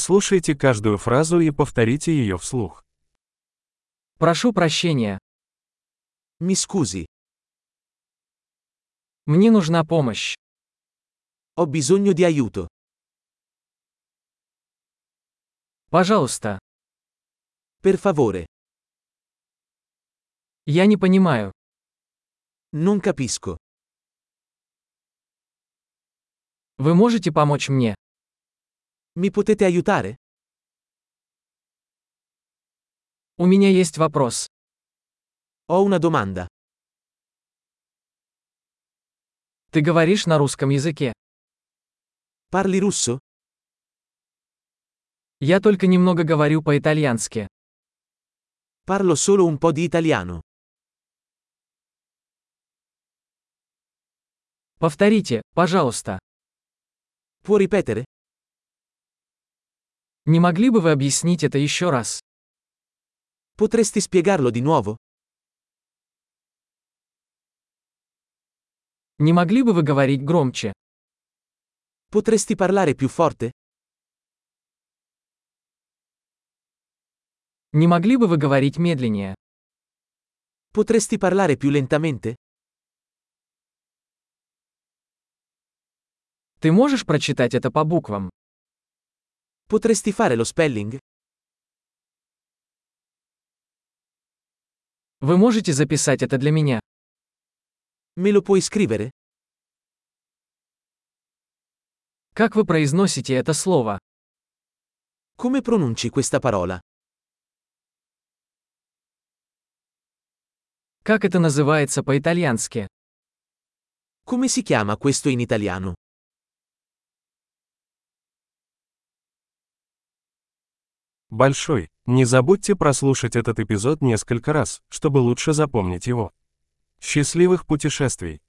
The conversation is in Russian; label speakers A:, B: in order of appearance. A: Прослушайте каждую фразу и повторите ее вслух.
B: Прошу прощения.
C: Mi scusi,
B: Мне нужна помощь.
C: ho bisogno di aiuto.
B: Пожалуйста.
C: Per favore,
B: Я не понимаю.
C: non capisco.
B: Вы можете помочь мне?
C: Mi potete aiutare?
B: У меня есть вопрос.
C: Ho una domanda.
B: Ты говоришь на русском языке.
C: Parli russo?
B: Я только немного говорю по-итальянски.
C: Parlo solo un po' di italiano.
B: Повторите, пожалуйста.
C: Può ripetere?
B: Не могли бы вы объяснить это еще раз?
C: Potresti spiegarlo di nuovo?
B: Не могли бы вы говорить громче?
C: Potresti parlare più forte?
B: Не могли бы вы говорить медленнее?
C: Potresti parlare più lentamente?
B: Ты можешь прочитать это по буквам?
C: Potresti fare lo spelling?
B: Вы можете записать это для меня?
C: Me lo puoi scrivere?
B: Как вы произносите это слово?
C: Come pronunci questa parola?
B: Как это называется по-итальянски?
C: Come si chiama questo in italiano?
A: Большой. Не забудьте прослушать этот эпизод несколько раз, чтобы лучше запомнить его. Счастливых путешествий!